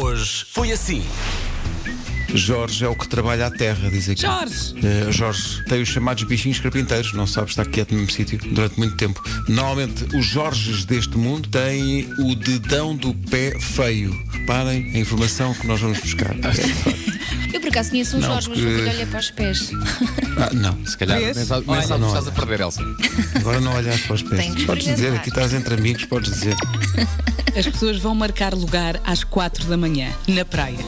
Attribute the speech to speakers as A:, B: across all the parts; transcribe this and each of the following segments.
A: Hoje foi assim.
B: Jorge é o que trabalha a terra, diz aqui.
C: Jorge!
B: Eh, Jorge tem os chamados bichinhos carpinteiros, não sabe estar quieto no mesmo sítio durante muito tempo. Normalmente, os Jorges deste mundo têm o dedão do pé feio. Parem a informação que nós vamos buscar.
A: Ah,
D: Eu por acaso conheço um
B: Não,
D: Jorge, mas
B: porque-
D: nunca lhe olhei para os pés.
B: Ah, não,
A: Se calhar,
C: Vês?
A: nem sabe nem
B: Olha,
A: sabe o que
B: não
A: estás a perder, Elsa.
B: agora não olhar para os pés.
D: Tenho que
B: Podes dizer,
D: experimentar.
B: aqui estás entre amigos, podes dizer.
C: As pessoas vão marcar lugar às 4 da manhã, na praia.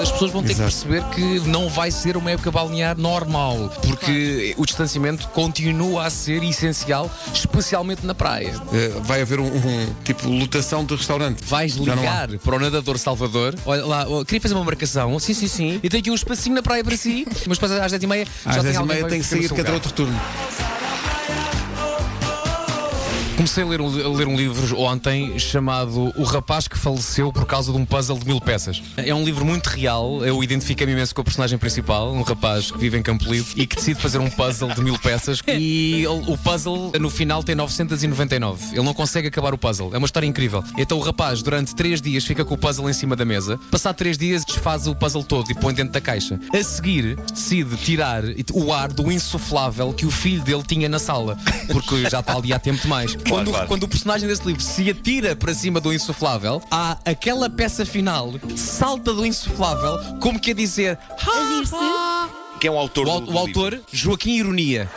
A: As pessoas vão ter
B: Exato.
A: que perceber que não vai ser uma época balnear normal, porque o distanciamento continua a ser essencial, especialmente na praia.
B: Eh, vai haver um, um tipo lotação de restaurante.
A: Vais
B: Já não há.
A: ligar para o nadador Salvador. Olha lá, ó, queria fazer uma marcação. Sim, sim, sim. E tenho aqui um espacinho na praia para si. Mas depois às 10h30 já
B: Às
A: tem
B: 10 e
A: alguém
B: meia
A: para
B: tem que
A: ficar no
B: sair
A: seu
B: cada um
A: lugar.
B: outro turno.
A: Comecei a ler, um, li- a ler um livro ontem chamado O Rapaz que Faleceu por causa de um puzzle de mil peças. É um livro muito real, eu identifiquei-me imenso com a personagem principal, um rapaz que vive em Campolide e que decide fazer um puzzle de mil peças e ele- o puzzle no final tem 999. Ele não consegue acabar o puzzle, é uma história incrível. Então o rapaz durante três dias fica com o puzzle em cima da mesa, passado três dias desfaz o puzzle todo e põe dentro da caixa. A seguir decide tirar o ar do insuflável que o filho dele tinha na sala, porque já está ali há tempo demais. quando, quando o personagem desse livro se atira para cima do insuflável, há aquela peça final, salta do insuflável, como que a dizer. "Ah, ah".
E: Quem é o autor
A: O,
E: do,
A: au-
E: do
A: o autor, Joaquim Ironia.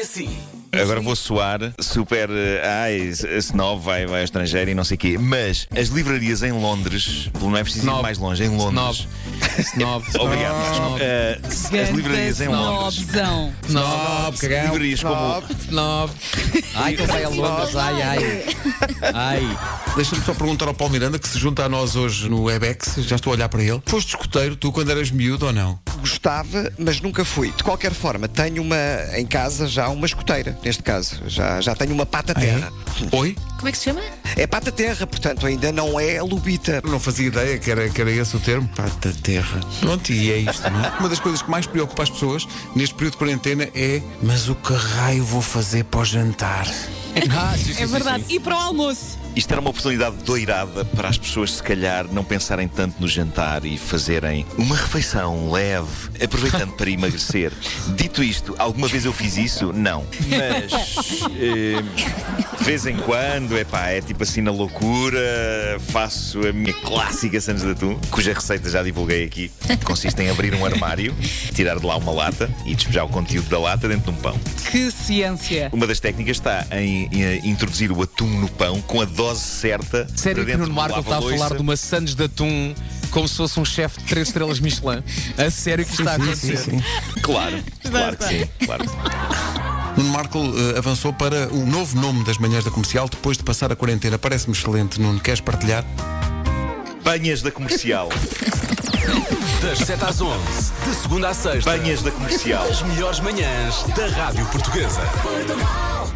F: assim.
E: livro? Agora vou soar super. eh, Ai, esse esse novo vai, vai ao estrangeiro e não sei o quê. Mas as livrarias em Londres, não é preciso
A: Snob.
E: ir mais longe, em Londres.
A: Snob. Snob.
E: Obrigado.
A: Snob.
E: Eh, as livrarias em Londres.
C: Snobzão.
A: Snob. Cagão.
E: Livrarias como.
A: Snob. Ai, que ele vai a Londres. Ai, ai. Ai.
B: Deixa-me só perguntar ao Paulo Miranda, que se junta a nós hoje no Webex, já estou a olhar para ele. Foste escoteiro, tu, quando eras miúdo ou não?
G: Gostava, mas nunca fui. De qualquer forma, tenho uma em casa já uma escoteira, neste caso. Já, já tenho uma pata terra.
B: Oi?
D: Como é que se chama?
G: É pata terra, portanto, ainda não é lubita.
B: Não fazia ideia que era, que era esse o termo. Pata terra. Pronto, e é isto, não é? Uma das coisas que mais preocupa as pessoas neste período de quarentena é: mas o que raio vou fazer para o jantar?
A: Ah, sim, sim,
C: É
A: sim,
C: verdade.
A: sim.
C: E para o almoço?
E: Isto era uma oportunidade doirada para as pessoas, se calhar, não pensarem tanto no jantar e fazerem uma refeição leve, aproveitando para emagrecer. Dito isto, alguma vez eu fiz isso? Não. Mas. eh, de vez em quando, é pá, é tipo assim na loucura, faço a minha clássica Sandes de Atum, cuja receita já divulguei aqui. Consiste em abrir um armário, tirar de lá uma lata e despejar o conteúdo da lata dentro de um pão.
C: Que ciência.
E: Uma das técnicas está em, em introduzir o atum no pão com a dose certa.
A: Sério
E: para
A: que o
E: dentro
A: Nuno
E: do
A: Marco está a
E: lava-loiça.
A: falar de uma Sandes de Atum como se fosse um chefe de 3 estrelas Michelin. A sério que está a acontecer.
E: Claro, claro que sim. Claro. que sim.
B: Nuno Marco eh, avançou para o novo nome das manhãs da comercial depois de passar a quarentena. Parece-me excelente, Nuno. Queres partilhar?
E: Banhas da comercial.
F: Das 7 às 11, de segunda à sexta,
E: Banhas da comercial.
F: as melhores manhãs da Rádio Portuguesa.
H: Portugal.